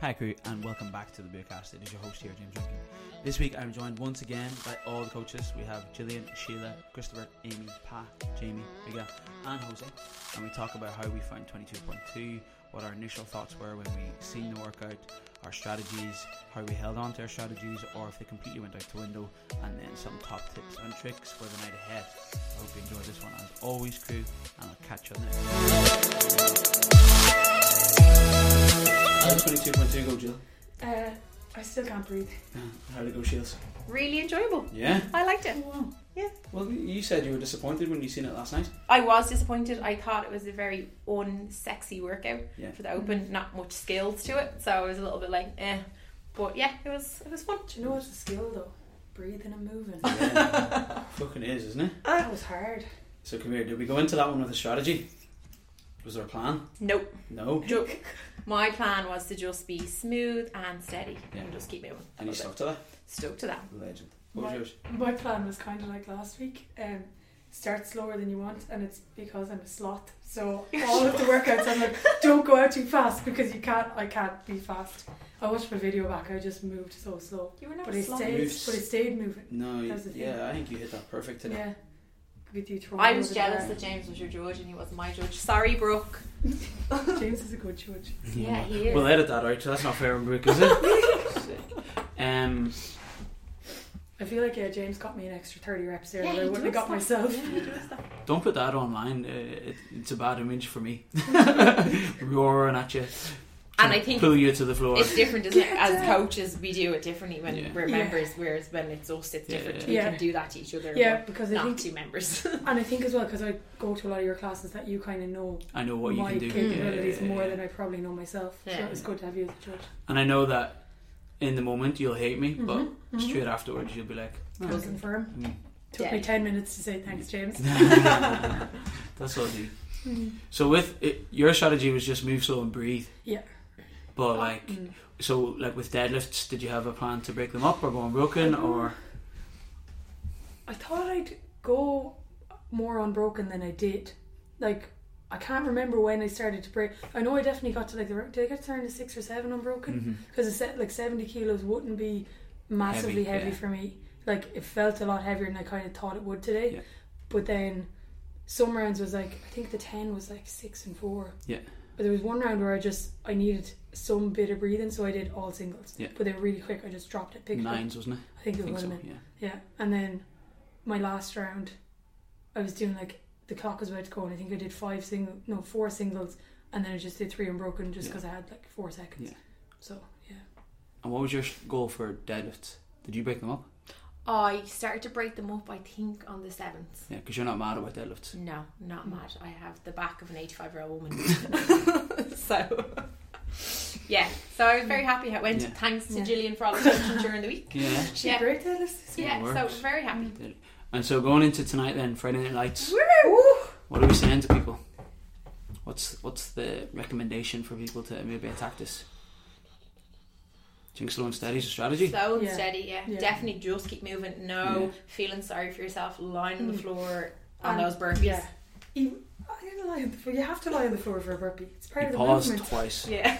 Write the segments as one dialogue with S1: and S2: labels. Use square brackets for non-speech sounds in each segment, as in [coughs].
S1: Hi, crew, and welcome back to the Beercast. It is your host here, James Rankin. This week, I'm joined once again by all the coaches. We have Gillian, Sheila, Christopher, Amy, Pat, Jamie, Miguel, and Jose. And we talk about how we found 22.2, what our initial thoughts were when we seen the workout, our strategies, how we held on to our strategies, or if they completely went out the window, and then some top tips and tricks for the night ahead. I hope you enjoyed this one as always, crew, and I'll catch you on there. How did 22.2 go, Jill?
S2: Uh, I still can't breathe.
S1: How did it go, Shields?
S2: Really enjoyable.
S1: Yeah.
S2: I liked it. Yeah.
S1: Well, you said you were disappointed when you seen
S3: [laughs]
S1: it last night.
S3: I was disappointed. I thought it was a very unsexy workout
S1: Yeah.
S3: for the open, not much skills to it. So I was a little bit like, eh. But yeah, it was it was fun.
S2: Do you know what's a skill though? Breathing and moving.
S1: Yeah. Fucking is, isn't it?
S2: that was hard.
S1: So come here. Did we go into that one with a strategy? Was there a plan?
S3: Nope.
S1: No.
S3: Look, My plan was to just be smooth and steady
S1: Yeah.
S3: and just keep moving. That
S1: And you
S3: was
S1: stuck to that.
S3: it. Stuck to that.
S1: Legend. What was
S2: No.
S1: yours?
S2: My plan was kind of like last week. Um, start slower than you want, and it's because I'm a sloth.
S3: [laughs]
S2: So all of the workouts, I'm like, don't go out too fast because you can't. I can't be fast. I watched my video back. I just moved so slow,
S3: You were
S2: but
S3: never
S2: I
S3: slow.
S2: stayed.
S1: Moves.
S2: But I stayed moving.
S1: No. you-
S2: That's the thing.
S1: Yeah, I think you hit that perfect today.
S2: Yeah. With you throwing
S3: I was
S2: over
S3: jealous
S2: the
S3: that James was your judge and he wasn't my judge. Sorry, Brooke. [laughs]
S2: bar. James is a good judge.
S3: Yeah, he is.
S1: We'll edit that out. So that's not fair on Brooke, is
S2: [laughs]
S1: it? Sick. um.
S2: I feel like yeah, James got me an extra thirty reps there
S3: yeah,
S2: that I
S3: he
S2: wouldn't
S3: does
S2: have got
S3: that.
S2: myself.
S3: Yeah, he does that.
S1: Don't put that online. Uh, it, it's a bad image
S2: [laughs]
S1: for me. [laughs] Roaring at you.
S3: And I think
S1: pull you to the floor.
S3: It's different, isn't it?
S2: Get
S3: As
S2: down.
S3: coaches, we do it differently when
S1: Yeah.
S3: we're
S2: Yeah.
S3: members, whereas when it's us, it's
S1: Yeah,
S3: different.
S1: yeah,
S3: We
S2: yeah.
S3: can do that to each other.
S2: Yeah, because
S3: but not
S2: I think
S3: to members. [laughs]
S2: And I think as well, because I go to a lot of your classes, that you kind of know
S1: I know what you
S2: my
S1: can do. Yeah, yeah,
S2: capabilities
S1: yeah,
S2: more
S1: yeah.
S2: than I probably know myself. So
S3: Yeah. Mm-hmm.
S2: it was good to have you as a judge.
S1: And I know that in the moment you'll hate me, but
S2: Mhm, mhm.
S1: straight afterwards you'll be like,
S2: I
S1: "Oh,
S2: can confirm.
S1: Mm.
S2: Took me
S3: Yeah.
S2: ten minutes to say thanks, [laughs] James.
S1: That's all you.
S3: Mm-hmm.
S1: So with it, your strategy was just move slow and breathe.
S2: Yeah.
S1: But like,
S2: Mm.
S1: so like with deadlifts, did you have a plan to break them up or go unbroken or?
S2: I thought I'd go more unbroken than I did. Like I can't remember when I started to break. I know I definitely got to like the did I get to turn to six or seven unbroken?
S1: Mhm.
S2: Because a set like seventy kilos wouldn't be massively
S1: Heavy,
S2: heavy,
S1: yeah.
S2: for me. Like it felt a lot heavier than I kind of thought it would today.
S1: Yeah.
S2: But then some rounds was like I think the ten was like six and four.
S1: Yeah.
S2: But there was one round where I just I needed some bit of breathing, so I did all singles.
S1: Yeah.
S2: But they were really quick. I just dropped it, picked it up.
S1: Nines, wasn't it?
S2: I think it
S1: I
S2: was
S1: think
S2: one
S1: so.
S2: minute.
S1: Yeah.
S2: Yeah, and then my last round, I was doing like the clock was about to go, and I think I did five single, no, four singles, and then I just did three unbroken just
S1: Yeah.
S2: because I had like four seconds.
S1: Yeah.
S2: So yeah,
S1: And what was your goal for deadlifts? Did you break them up?
S3: I started to break them up, I think, on the 7th.
S1: Yeah, because you're not mad about deadlifts.
S3: No, not mad. I have the back of an 85 year old woman.
S1: [laughs]
S3: [laughs] so, yeah. So I was very happy. I went,
S1: Yeah.
S3: thanks to
S2: Yeah.
S3: Gillian for all the coaching during the
S1: [laughs]
S3: week.
S1: Yeah.
S2: she
S3: Yeah.
S2: break that list.
S3: Yeah,
S1: works.
S3: so very happy.
S1: And so going into tonight then, Friday Night Lights.
S3: Woo! Oh,
S1: What are we saying to people? What's what's the recommendation for people to maybe attack this? Think slow and steady is a strategy.
S3: Slow and
S2: Yeah.
S3: steady, yeah.
S2: Yeah.
S3: Definitely just keep moving. No
S1: Yeah.
S3: feeling sorry for yourself, lying on the
S2: Mm.
S3: floor on
S2: And-
S3: those burpees.
S2: Yeah, Even, I didn't lie on the floor. You have to lie on the floor for a burpee. It's part
S1: You
S2: of the
S1: paused
S2: movement.
S1: [laughs] twice.
S3: Yeah.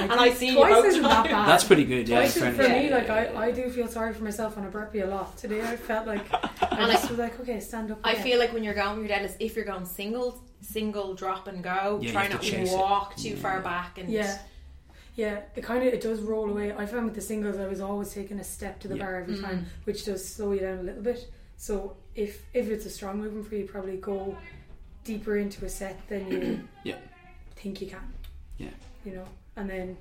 S3: and I see you
S2: Twice
S3: both
S2: isn't that
S3: times.
S2: bad.
S1: That's pretty good, yeah.
S2: Twice
S1: in
S2: is Oh, for
S1: fairness.
S2: me,
S1: Yeah,
S2: like
S1: yeah, yeah.
S2: I, I do feel sorry for myself on a burpee a lot. Today I felt like I
S3: [laughs] And
S2: just was like, okay, stand up.
S3: I
S2: again.
S3: feel like when you're going with your deadlifts, if you're going single, single drop and go,
S1: Yeah, you
S3: try
S1: have to
S3: not to
S1: chase it.
S3: walk too
S1: Yeah.
S3: far back. And
S2: Yeah. Yeah, it kind of it does roll away. I found with the singles, I was always taking a step to the
S1: Yeah.
S2: bar every
S3: Mm.
S2: time, which does slow you down a little bit. So if if it's a strong movement for you, probably go deeper into a set than you
S1: [coughs] Yeah.
S2: think you can.
S1: Yeah.
S2: you know, and then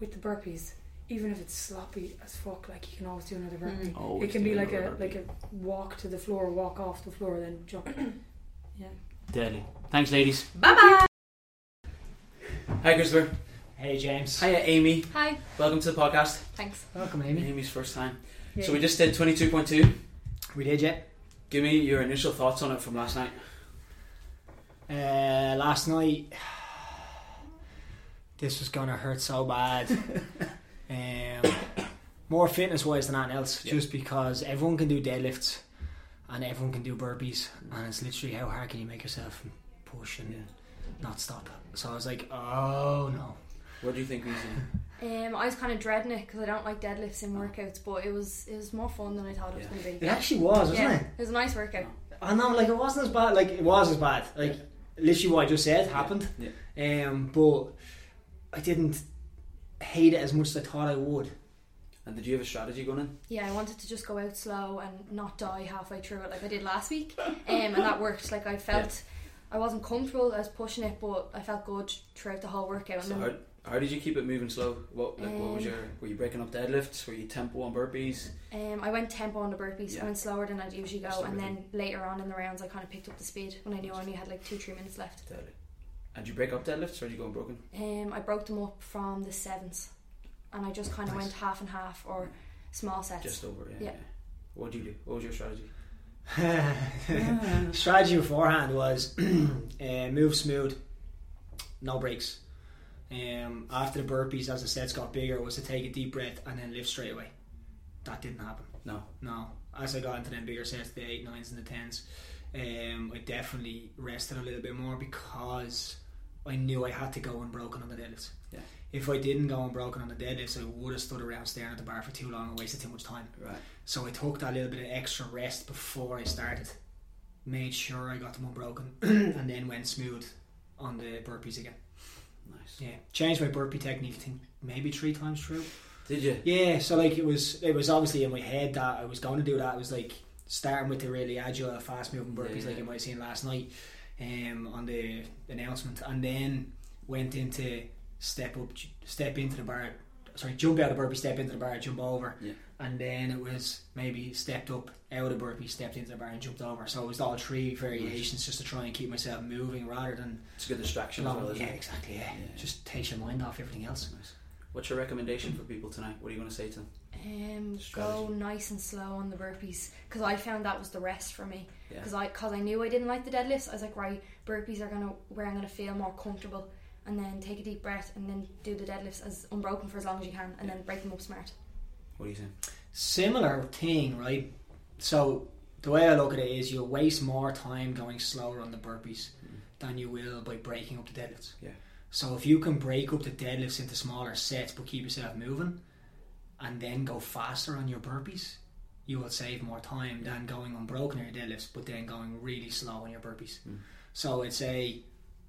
S2: with the burpees, even if it's sloppy as fuck, like you can always do another burpee.
S1: Mm. Always
S2: It can be
S1: do
S2: like
S1: another
S2: a like a walk to the floor, walk off the floor, then jump.
S1: [coughs] Deadly. Thanks, ladies.
S3: bye bye.
S1: Hi, Christopher.
S4: Hey James.
S1: Hiya, uh, Amy.
S3: Hi.
S1: Welcome to the podcast.
S3: Thanks.
S4: Welcome Amy.
S1: Amy's first time.
S2: Yeah.
S1: [laughs] So we just did 22.2.
S4: We did, yeah.
S1: Give me your initial thoughts on it from last night.
S4: Uh, last night, this was gonna hurt so [laughs] bad. um, more fitness wise than anything else,
S1: Yeah.
S4: just because everyone can do deadlifts and everyone can do burpees, and it's literally how hard can you make yourself push and
S1: Yeah.
S4: not stop. So I was like, oh no.
S1: What do you think we did?
S5: Um, I was kind of dreading it because I don't like deadlifts in workouts, but it was it was more fun than I thought it was
S1: Oh.
S5: going
S1: Yeah.
S5: to
S4: It
S5: be.
S4: actually was, wasn't
S5: yeah,
S4: it?
S5: it was a nice workout.
S4: I know, like it wasn't as bad. Like it was as bad. Like literally what I just said happened.
S1: Yeah.
S4: Um, but I didn't hate it as much as I thought I would. [laughs]
S1: And did you have a strategy going in?
S5: Yeah, I wanted to just go out slow and not die halfway through it like I did last week, um, and
S1: [laughs]
S5: that worked. Like I felt I wasn't comfortable, I was pushing it, but I felt good throughout the whole workout.
S1: So
S5: And
S1: how,
S5: then
S1: how did you keep it moving slow? What like what was
S5: Um,
S1: your were you breaking up deadlifts? Were you tempo on burpees?
S5: um, I went tempo on the burpees,
S1: Yeah.
S5: I went slower than I'd usually go,
S1: Slower
S5: and then later on in the rounds, I kind of picked up the speed when I knew I only had like two three minutes left.
S1: Deadly. And did you break up deadlifts or did you go unbroken?
S5: Um, I broke them up from the sevens, and I just kind of
S1: Nice.
S5: went half and half or small sets.
S1: Just over, yeah.
S5: Yeah.
S1: What did you do? What was your strategy?
S4: [clears throat] strategy beforehand was [clears throat] uh, move smooth, no breaks. Um, after the burpees, as the sets got bigger, was to take a deep breath and then lift straight away. That didn't happen.
S1: No.
S4: No. As I got into them bigger sets, the eight nines and the tens, um, I definitely rested a little bit more because I knew I had to go unbroken on the deadlifts.
S1: Yeah.
S4: If I didn't go unbroken on the deadlifts, I would have stood around staring at the bar for too long and wasted too much time.
S1: Right.
S4: So I took that little bit of extra rest before I started. Made sure I got them unbroken [clears throat] and then went smooth on the burpees again.
S1: Nice.
S4: Yeah. Changed my burpee technique, I think maybe three times through.
S1: Did you?
S4: Yeah, so like it was it was obviously in my head that I was going to do that. It was like starting with the really agile, fast moving burpees
S1: Yeah.
S4: like you might have seen last night um, on the announcement, and then went into step up, j- step into the bar. Sorry, jump out of burpee, step into the bar, jump over,
S1: Yeah.
S4: and then it was maybe stepped up out of burpee, stepped into the bar, and jumped over. So it was all three variations just to try and keep myself moving rather than
S1: It's a good distraction as well,
S4: yeah,
S1: isn't it?
S4: exactly, yeah.
S1: Yeah.
S4: Just takes your mind off everything else.
S1: Nice. What's your recommendation for people tonight? What are you going to say to them?
S5: Um, go
S1: Strategy.
S5: nice and slow on the burpees because I found that was the rest for me
S1: Yeah.
S5: because I because I knew I didn't like the deadlifts. I was like, right, burpees are gonna where I'm gonna feel more comfortable, and then take a deep breath and then do the deadlifts as unbroken for as long as you can, and then break them up smart.
S1: What are you saying?
S4: similar thing, right? So the way I look at it is you'll waste more time going slower on the burpees than you will by breaking up the deadlifts.
S1: Mm. Yeah.
S4: So if you can break up the deadlifts into smaller sets but keep yourself moving and then go faster on your burpees, you will save more time than going unbroken on your deadlifts but then going really slow on your burpees.
S1: Mm.
S4: So it's a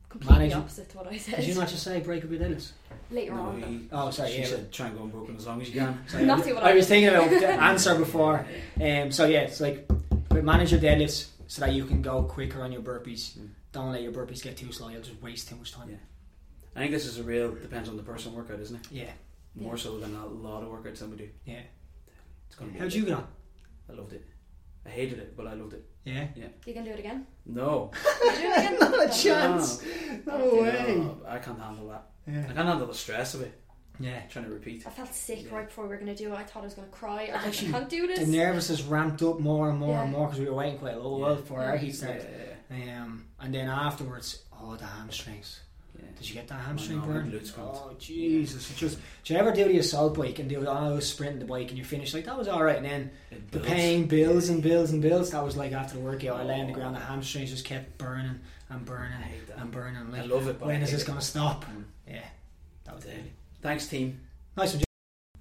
S5: Completely
S4: Manage-
S5: opposite to what I said
S4: did you not just say break up your deadlifts?
S5: later
S1: No,
S5: on.
S1: he-
S4: Oh, sorry,
S1: She
S4: yeah.
S1: said try and go unbroken as long as you can.
S4: [laughs] Sorry,
S5: Not see what
S4: I
S5: I
S4: was
S5: did.
S4: thinking about
S5: [laughs]
S4: the answer before. Um, so yeah, it's like but manage your deadlifts so that you can go quicker on your burpees.
S1: Mm.
S4: Don't let your burpees get too slow. You'll just waste too much time.
S1: I think this is a real depends on the personal workout, isn't it?
S4: Yeah,
S1: More so than a lot of workouts that we do.
S4: yeah.
S1: It's gonna be
S4: How'd you get on?
S1: I loved it. I hated it, but I loved it.
S4: Yeah,
S5: You can do it
S4: [laughs]
S5: again.
S1: No,
S5: You do it again?
S4: not a
S5: Don't-
S4: chance. No,
S5: No
S4: way.
S1: No, I can't handle that. I
S4: Yeah,
S1: can't handle the stress of it.
S4: yeah.
S1: trying to repeat.
S5: I felt sick
S1: Yeah.
S5: right before we were gonna do it. I thought I was gonna cry. I, was like, I
S4: Actually,
S5: can't do this.
S4: The nervous is ramped up more and more and
S5: Yeah.
S4: more because we were waiting quite a little while
S1: Yeah.
S4: for our heat
S1: Yeah,
S4: start. Um, and then afterwards, oh the hamstrings.
S1: yeah,
S4: Did you get that hamstring
S1: no,
S4: burn?
S1: my glutes cramped.
S4: Oh Jesus! It just do you ever do the assault bike and do oh, I was sprinting the bike and you finish like that was all right and then
S1: yeah. It
S4: the
S1: builds.
S4: pain builds and builds and builds. That was like after the workout, I lay on the ground, the hamstrings just kept burning and burning
S1: I hate that.
S4: and burning.
S1: I
S4: Like,
S1: love it. But
S4: when
S1: I
S4: is
S1: hate
S4: this
S1: it.
S4: gonna stop?
S1: Mm.
S4: Yeah, that was it.
S1: Daily. Thanks, team.
S4: Nice one. Jim.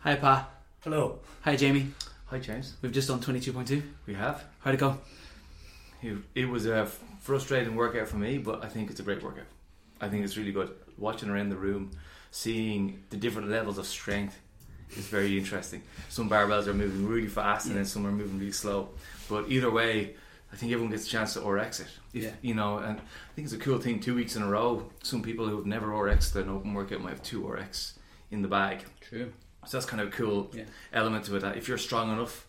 S1: Hi, Pa.
S6: Hello.
S1: Hi, Jamie.
S6: Hi, James.
S1: We've just done twenty-two point two.
S6: We have.
S1: How'd it go?
S6: It, it was a f- frustrating workout for me, but I think it's a great workout. I think it's really good. Watching around the room, seeing the different levels of strength is very interesting. Some barbells are moving really fast, and then some are moving really slow. But either way, I think everyone gets a chance to ORX it. If,
S1: Yeah.
S6: You know, and I think it's a cool thing. Two weeks in a row, some people who have never ORXed an open workout might have two ORX in the bag.
S1: True.
S6: So that's kind of a cool
S1: Yeah.
S6: element to it. That if you're strong enough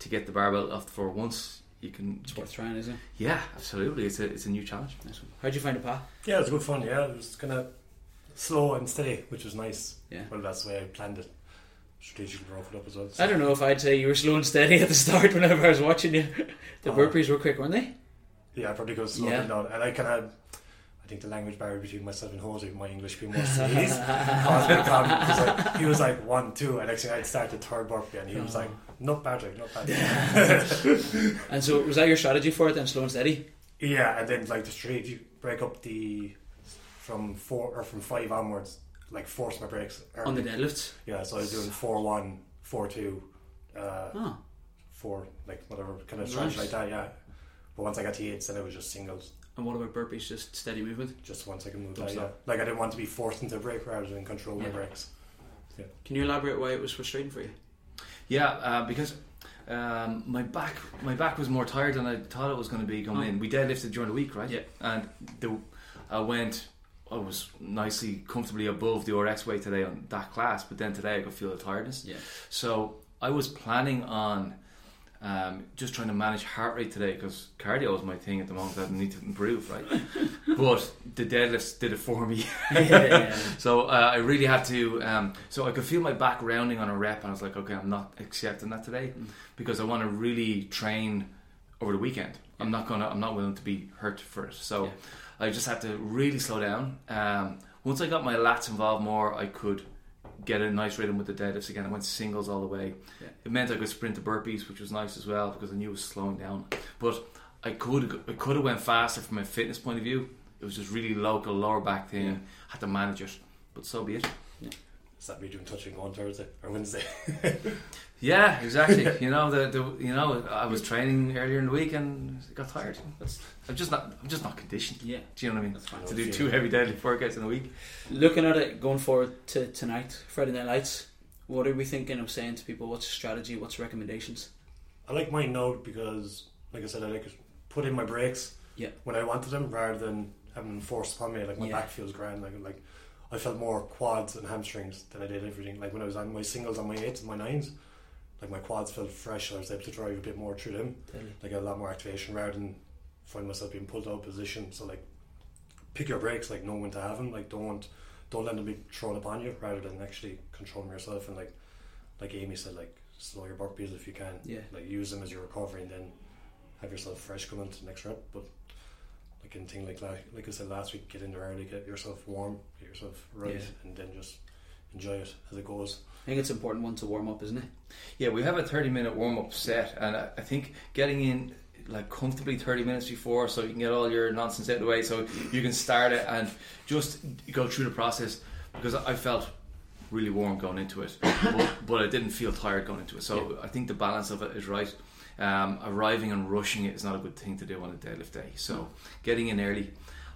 S6: to get the barbell off for once, you can
S1: It's worth trying, isn't it?
S6: yeah, absolutely. It's a it's a new challenge.
S1: Nice one. How'd you find it, Pa?
S7: Yeah, it was good fun. Yeah, it was kind of slow and steady, which was nice.
S1: Yeah.
S7: Well, that's the way I planned it. Strategically broke it up as well.
S1: I don't know if I'd say you were slow and steady at the start [laughs] whenever I was watching you. The
S7: Oh.
S1: burpees were quick, weren't they?
S7: Yeah, I probably could have slowed
S1: Yeah.
S7: it down. And I kind of, I think the language barrier between myself and Jose, my English
S1: [laughs]
S7: being more Chinese, caused me a problem. 'cause, like, he was like one, two, and actually I'd start the third burpee, and he was like,
S1: Oh.
S7: not Patrick, not
S1: [laughs]
S7: Patrick.
S1: And so, was that your strategy for it then, slow and steady?
S7: yeah, and then like the strategy break up the from four or from five onwards like forced my brakes.
S1: on the deadlifts.
S7: Yeah, so I was doing four one, four two, uh,
S1: Oh,
S7: four like whatever kind of strategy
S1: Nice.
S7: like that. Yeah, but once I got to eights, then it was just singles.
S1: and what about burpees? Just steady movement.
S7: Just once I could move
S1: Don't
S7: that. Yeah,
S1: stop.
S7: like I didn't want to be forced into a break rather than control my
S1: Yeah.
S7: brakes.
S1: Can you elaborate why it was frustrating for you?
S6: Yeah, uh, because um, my back my back was more tired than I thought it was going to be going
S1: Oh.
S6: in. We deadlifted during the week, right?
S1: Yeah.
S6: And the I went, I was nicely comfortably above the RX weight today on that class, but then today I could feel the tiredness.
S1: Yeah.
S6: So I was planning on um, just trying to manage heart rate today because cardio is my thing at the moment that I need to improve,
S1: [laughs]
S6: right? but the deadlifts did it for me. So uh, I really had to. Um, so I could feel my back rounding on a rep, and I was like, okay, I'm not accepting that today
S1: Mm.
S6: because I want to really train over the weekend. I'm not gonna. I'm not willing to be hurt for it. So
S1: Yeah.
S6: I just had to really slow down. Um, once I got my lats involved more, I could get a nice rhythm with the deadlifts again. I went singles all the way.
S1: Yeah.
S6: It meant I could sprint the burpees, which was nice as well because I knew it was slowing down. But I could I could have went faster from a fitness point of view. It was just really local lower back thing.
S1: Yeah.
S6: Had to manage it, but so be it.
S7: Is that me doing touching on Thursday or Wednesday? [laughs]
S6: Yeah, exactly. [laughs] you know the, the you know I was training earlier in the week and got tired. That's, I'm just not I'm just not conditioned.
S1: Yeah,
S6: Do you know what I mean?
S1: that's fine.
S6: To do two heavy deadlift workouts in a week.
S1: Looking at it going forward to tonight, Friday Night Lights. What are we thinking of saying to people? What's the strategy? What's the recommendations?
S7: I like my note because, like I said, I like to put in my brakes
S1: Yeah.
S7: when I wanted them rather than having them forced upon me. Like my
S1: Yeah.
S7: back feels grand. Like like I felt more quads and hamstrings than I did everything. Like when I was on my singles on my eights and my nines, like my quads felt fresh. I was able to drive a bit more through them. Like I had a lot more activation rather than find myself being pulled out of position. So like pick your brakes. Like know when to have them. Like don't don't let them be thrown upon you rather than actually controlling yourself and like like Amy said like slow your burpees if you can
S1: Yeah.
S7: like use them as your recovery and then have yourself fresh coming into the next rep. But like anything like la- like I said last week, get in there early, get yourself warm, get yourself right,
S1: Yeah.
S7: and then just enjoy it as it goes.
S1: I think it's an important one to warm up, isn't it?
S6: Yeah, we have a 30 minute warm up set, and I, I think getting in like comfortably 30 minutes before so you can get all your nonsense out of the way so you can start it and just go through the process because I felt really warm going into it, but, but I didn't feel tired going into it. So I think the balance of it is right. Um, arriving and rushing it is not a good thing to do on a deadlift day. So getting in early.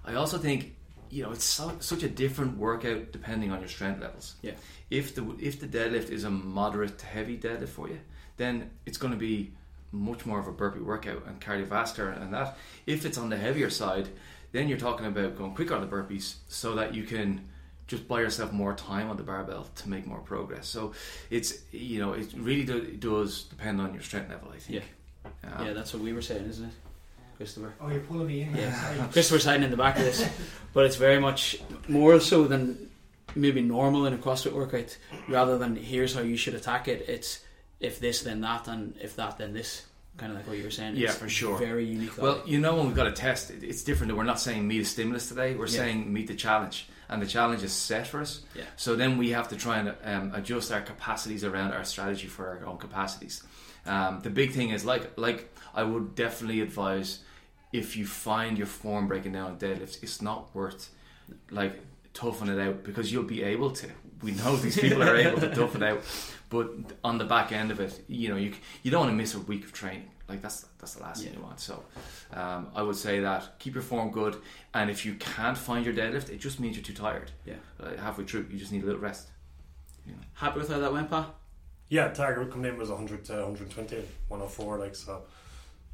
S6: I also think you know it's so, such a different workout depending on your strength levels
S1: Yeah.
S6: if the if the deadlift is a moderate to heavy deadlift for you, then it's going to be much more of a burpee workout and cardiovascular and that. If it's on the heavier side, then you're talking about going quicker on the burpees so that you can just buy yourself more time on the barbell to make more progress. So it's you know it really do, does depend on your strength level. I think. Yeah.
S1: yeah, that's what we were saying, isn't it, Christopher?
S4: Oh, you're pulling me in.
S1: Yeah.
S4: Sorry.
S1: Christopher's hiding in the back
S6: [laughs]
S1: of this, but it's very much more so than maybe normal in a CrossFit workout. Rather than here's how you should attack it, it's if this then that, and if that then this. Kind of like what you were saying.
S6: Yeah,
S1: It's
S6: for sure.
S1: Very unique.
S6: Well, you know when we've got a test, it, it's different. that We're not saying meet a stimulus today. We're
S1: Yeah.
S6: saying meet the challenge, and the challenge is set for us.
S1: Yeah.
S6: So then we have to try and um, adjust our capacities around our strategy for our own capacities. Um, the big thing is like like I would definitely advise if you find your form breaking down in deadlifts, it's not worth like toughing it out because you'll be able to. We know these people are able to toughen out, but on the back end of it, you know, you c- you don't want to miss a week of training. Like that's that's the last
S1: Yeah.
S6: thing you want. So, um, I would say that keep your form good, and if you can't find your deadlift, it just means you're too tired.
S1: Yeah.
S6: Uh, halfway through, you just need a little rest.
S1: happy with how that went, Pa?
S7: Yeah, target coming in was 100 to 120, 104, like so.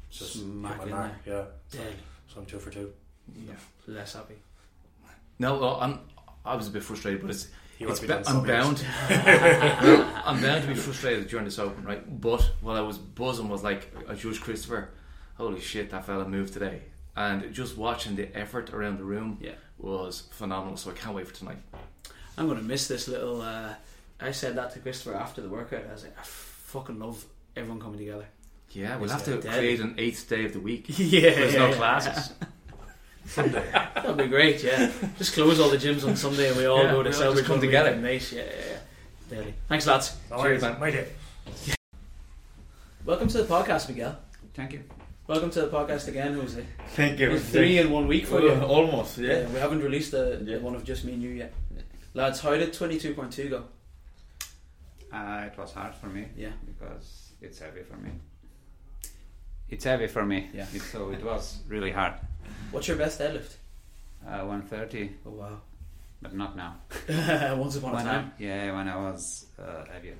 S7: Just hit my
S1: Smack in
S7: mark,
S1: there.
S7: yeah. So,
S1: Dead.
S7: so I'm two for two.
S6: Yeah.
S1: Less happy.
S6: No, well, I'm. I was a bit frustrated, but it's
S7: He
S6: it's
S7: wants me
S6: ba-
S7: down
S6: I'm
S7: some
S6: bound.
S7: years.
S6: I'm bound to be frustrated during this open, right? But what I was buzzing was like, I judge Christopher. Holy shit, that fella moved today, and just watching the effort around the room
S1: Yeah.
S6: was phenomenal. So I can't wait for tonight.
S1: I'm gonna miss this little. Uh, I said that to Christopher after the workout. I was like, I fucking love everyone
S6: [laughs]
S1: coming together.
S6: Yeah, we'll
S1: It's
S6: have to
S1: dead.
S6: create an eighth day of the week.
S1: [laughs] yeah,
S6: There's no [laughs] classes.
S1: That'd be great. Yeah, just close all the gyms on Sunday and we all
S6: Yeah,
S1: go to
S6: we all
S1: Selby
S6: just come
S1: one
S6: together.
S1: weekend, Nice. Yeah, yeah, yeah. Deadly. Thanks, lads.
S7: All
S6: Cheers,
S7: right,
S6: man.
S7: my day.
S1: Welcome to the podcast, Miguel.
S8: Thank you.
S1: Welcome to the podcast again, Jose.
S8: Thank
S1: It's three in one week for you.
S8: Almost, yeah.
S1: we haven't released the, the
S8: Yeah.
S1: one of just me and you yet. Lads, how did 22.2 go?
S9: Uh, it was hard for me
S1: Yeah.
S9: because it's heavy for me. It's heavy for me.
S1: Yeah.
S9: It, so it was really hard.
S1: What's your best deadlift?
S9: Uh, 130,
S1: Oh, wow.
S9: but not now.
S1: [laughs] Once upon a
S9: when
S1: time.
S9: I, yeah, when I was uh, heavier.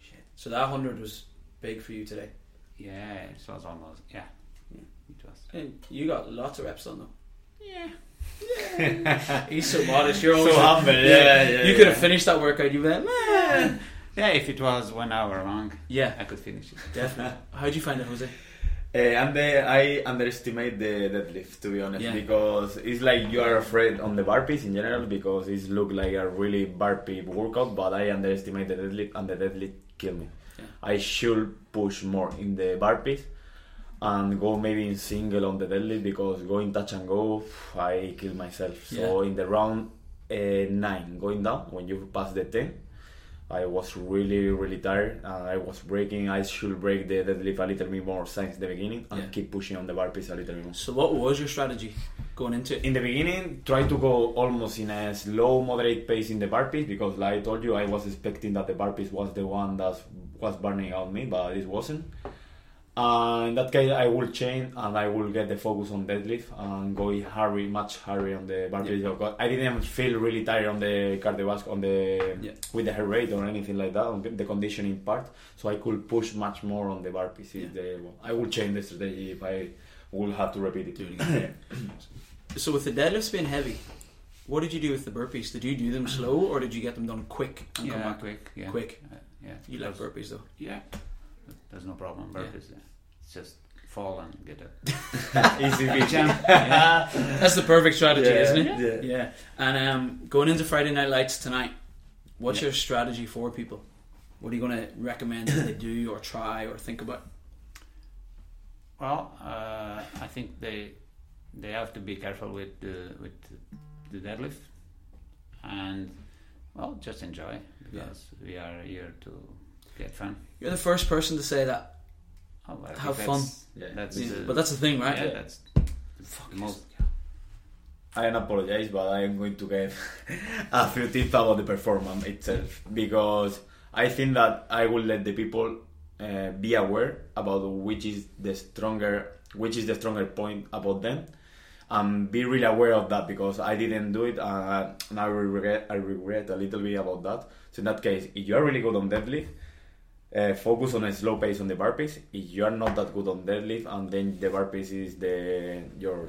S1: Shit. So that 100 was big for you today.
S9: Yeah, it was almost. Yeah,
S1: Yeah.
S9: it was.
S1: And you got lots of reps on though.
S9: Yeah. [laughs]
S1: He's so modest. You're always
S10: So
S1: like-
S10: humble, yeah, yeah,
S1: You could have
S9: yeah.
S1: finished that workout. You went, man.
S9: Yeah, if it was one hour long,
S1: Yeah,
S9: I could finish it. [laughs]
S1: definitely. How'd you find it, Jose?
S10: Uh, and the, I underestimate the deadlift to be honest
S1: Yeah.
S10: because it's like you are afraid on the burpees in general because it look like a really burpee workout, but I underestimate the deadlift and the deadlift kill me.
S1: Yeah.
S10: I should push more in the burpees and go maybe in single on the deadlift because going touch and go, I kill myself. So in the round uh, nine going down when you pass the ten, I was really, really tired. and I was breaking. I should break the deadlift a little bit more since the beginning and
S1: Yeah.
S10: keep pushing on the bar piece a little bit more.
S1: So, what was your strategy going into it?
S10: In the beginning, try to go almost in a slow, moderate pace in the bar piece because, like I told you, I was expecting that the bar piece was the one that was burning out me, but it wasn't. And in that case, I will change and I will get the focus on deadlift and go hurry, much hurry on the bar piece. Because I didn't feel really tired on the cardiovascular, on the
S1: Yeah.
S10: with the heart rate or anything like that, on the conditioning part. So I could push much more on the bar piece.
S1: Yeah.
S10: The, I will change the strategy if I will have to repeat it.
S1: Do it again. [coughs] So, with the deadlifts being heavy, what did you do with the burpees? Did you do them slow or did you get them done quick and come
S9: Yeah,
S1: back?
S9: quick. Yeah.
S1: Quick.
S9: Uh, yeah.
S1: You like burpees though.
S9: Yeah.
S8: There's no problem.
S1: Yeah.
S8: Burpees. It's just fall and get up.
S1: [laughs]
S8: [laughs]
S10: Easy peasy.
S1: That's the perfect strategy,
S10: Yeah,
S1: isn't it?
S10: yeah.
S1: Yeah. And um, going into Friday Night Lights tonight, what's
S10: Yeah.
S1: your strategy for people? What are you going to recommend that they do or try or think about?
S8: Well, uh, I think they they have to be careful with the with the deadlift, and well, just enjoy because we are here to get fun.
S1: You're the first person to say that.
S8: Oh, well, I think
S1: Have
S8: that's-
S10: Yeah.
S8: That's
S1: Yeah,
S8: the,
S1: But that's the thing, right?
S8: yeah, that's the most.
S10: I don't apologize, but I am going to give [laughs] a few tips about the performance itself because I think that I will let the people uh, be aware about which is the stronger, which is the stronger point about them, and be really aware of that because I didn't do it uh, and I regret, I regret a little bit about that. So in that case, if you are really good on deadlift, uh, focus on a slow pace on the burpees. If you are not that good on deadlift, and then the burpees is the your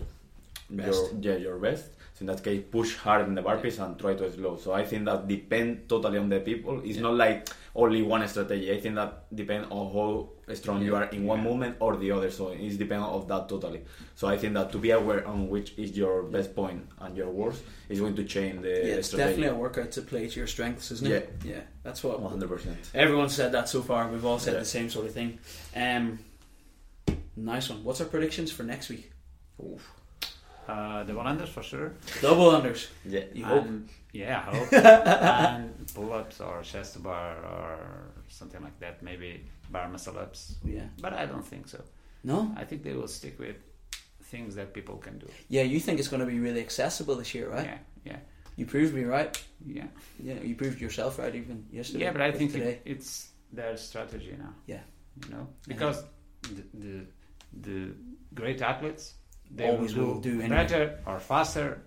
S10: your
S1: Best.
S10: yeah your best. So in that case, push hard in the burpees and try to slow. So I think that depend totally on the people. It's
S1: Yeah.
S10: not like only one strategy. I think that depend on how strong you are in one movement or the other. So it's depend of that totally. So I think that to be aware on which is your best point and your worst is going to change the
S1: Yeah, it's
S10: strategy.
S1: definitely a workout to play to your strengths, isn't it? Yeah. Yeah. That's what
S10: one hundred percent.
S1: everyone said that so far. We've all said
S10: Yeah.
S1: the same sort of thing. Um, nice one. What's our predictions for next week?
S8: Uh, the one unders for sure.
S1: Double unders.
S10: Yeah.
S1: You hope.
S8: and, Yeah, I hope.
S10: Ah.
S8: and pull ups or chest bar or something like that. Maybe bar muscle ups.
S1: Yeah.
S8: But I don't think so.
S1: No?
S8: I think they will stick with things that people can do.
S1: Yeah, you think it's going to be really accessible this year, right?
S8: Yeah, yeah,
S1: You proved me right.
S8: yeah.
S1: Yeah, you proved yourself right even yesterday.
S8: yeah, but I
S1: with
S8: think
S1: today.
S8: it, it's their strategy now.
S1: Yeah.
S8: you know, because the, the the great athletes they
S1: Always
S8: will
S1: will do anyway.
S8: better or faster.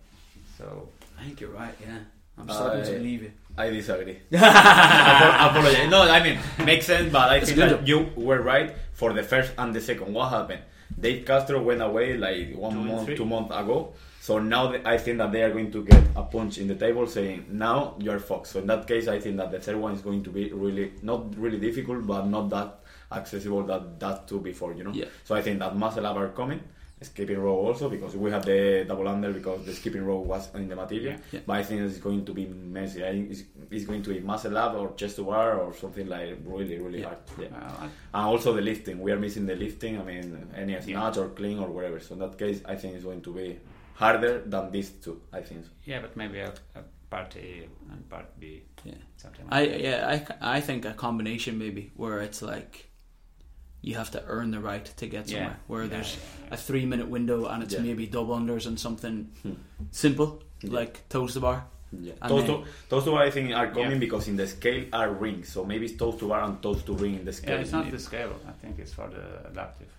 S8: So
S1: I think you're right. Yeah, I'm
S10: Uh,
S1: starting to believe you.
S10: I
S1: [laughs]
S10: disagree. Apo- Apologize. No, I mean makes sense, but I
S1: It's
S10: think
S1: good.
S10: that you were right for the first and the second. What happened? Dave Castro went away like one
S8: Two and
S10: month,
S8: three.
S10: two months ago. So now th- I think that they are going to get a punch in the table saying now you're fucked. So in that case, I think that the third one is going to be really not really difficult, but not that accessible that that two before. You know.
S1: Yeah.
S10: So I think that muscle up are coming. Skipping row also because we have the double under because the skipping row was in the material.
S1: Yeah.
S10: But I think it's going to be messy. I think it's, it's going to be muscle up or chest to bar or something like really really
S1: Yeah.
S10: hard. Yeah.
S8: uh,
S10: And also the lifting. We are missing the lifting. I mean any snatch or clean or whatever. So in that case, I think it's going to be harder than these two. I think. So.
S8: yeah, but maybe a, a part A and part B,
S1: Yeah.
S8: something.
S1: I
S8: Like that.
S1: yeah I, I think a combination maybe where it's like you have to earn the right to get
S8: Yeah.
S1: somewhere where
S8: Yeah,
S1: there's
S8: yeah,
S1: a three minute window and it's
S10: Yeah.
S1: maybe double unders and something
S10: Hmm.
S1: simple
S10: Yeah.
S1: like toes the bar
S8: Yeah.
S1: And
S10: Those
S1: then-
S10: two, those two I think are coming
S8: Yeah.
S10: because in the scale are rings, so maybe it's toes to bar and toes to ring in the
S8: Yeah,
S10: scale.
S8: it's not the scale. I think it's for the adaptive.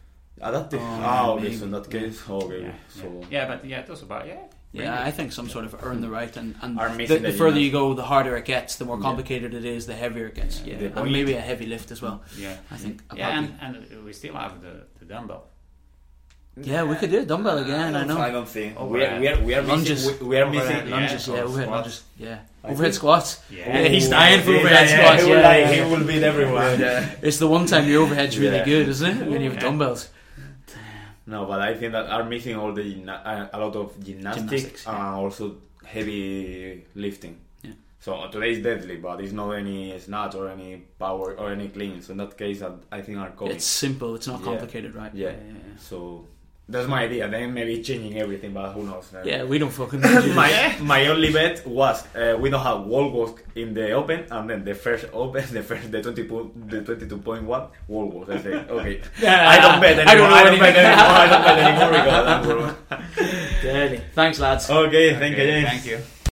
S10: Adaptive.
S1: Oh,
S10: ah, okay,
S1: maybe.
S10: so in that case, okay.
S8: Yeah,
S10: So
S8: yeah. yeah, but yeah, it was about yeah.
S1: Yeah, I think some sort of earn the right, and, and
S10: Are
S1: the,
S10: missing
S1: the
S10: that
S1: further
S10: unit.
S1: you go, the harder it gets, the more
S10: Yeah.
S1: complicated it is, the heavier it gets. Yeah,
S10: The
S1: and
S10: point-
S1: maybe a heavy lift as well.
S8: Yeah,
S1: I think. I'll
S8: yeah,
S1: probably-
S8: and, and we still have the, the dumbbell.
S1: yeah, we could do a dumbbell again. I,
S10: don't-
S1: know.
S10: I don't think
S8: Oh,
S10: we are we are we are
S1: Lunges.
S10: missing we, we are
S8: Overhead
S10: missing
S8: lunges.
S1: lunges, yeah,
S8: or
S1: overhead
S8: squats.
S1: lunges, yeah,
S10: I
S1: overhead
S10: think-
S1: squats.
S8: Yeah,
S1: Yeah, he's dying for
S10: Yeah,
S1: overhead
S10: yeah,
S1: squats,
S10: He will,
S1: yeah,
S10: like,
S1: yeah,
S10: he
S1: yeah.
S10: will beat everyone.
S1: It's the one time your overhead's really
S10: Yeah.
S1: good, isn't it? When you have
S8: Yeah.
S1: dumbbells.
S10: No, but I think that are missing all the gymna- uh, a lot of
S1: Gymnastics,
S10: gymnastics and
S1: yeah.
S10: also heavy lifting.
S1: Yeah.
S10: So today is deadly, but it's not any snatch or any power or any clean. So in that case, I, I think are coming.
S1: It's simple. It's not
S10: Yeah.
S1: complicated, right?
S10: Yeah. So that's my idea. Then maybe changing everything, but who knows?
S1: yeah. Yeah, we don't
S10: [laughs]
S1: fucking. [laughs]
S10: my my only bet was uh, we don't have wall walk in the open, and then the first open, [laughs] the first the twenty po- the twenty two point one wall walk. I say
S1: [laughs]
S10: okay. I don't bet anymore.
S1: I don't know
S10: bet
S1: anything. [laughs]
S10: anymore. I don't bet anymore. because I don't
S1: Thanks, lads.
S10: Okay, thank you,
S8: Okay,
S10: James.
S8: Thank you.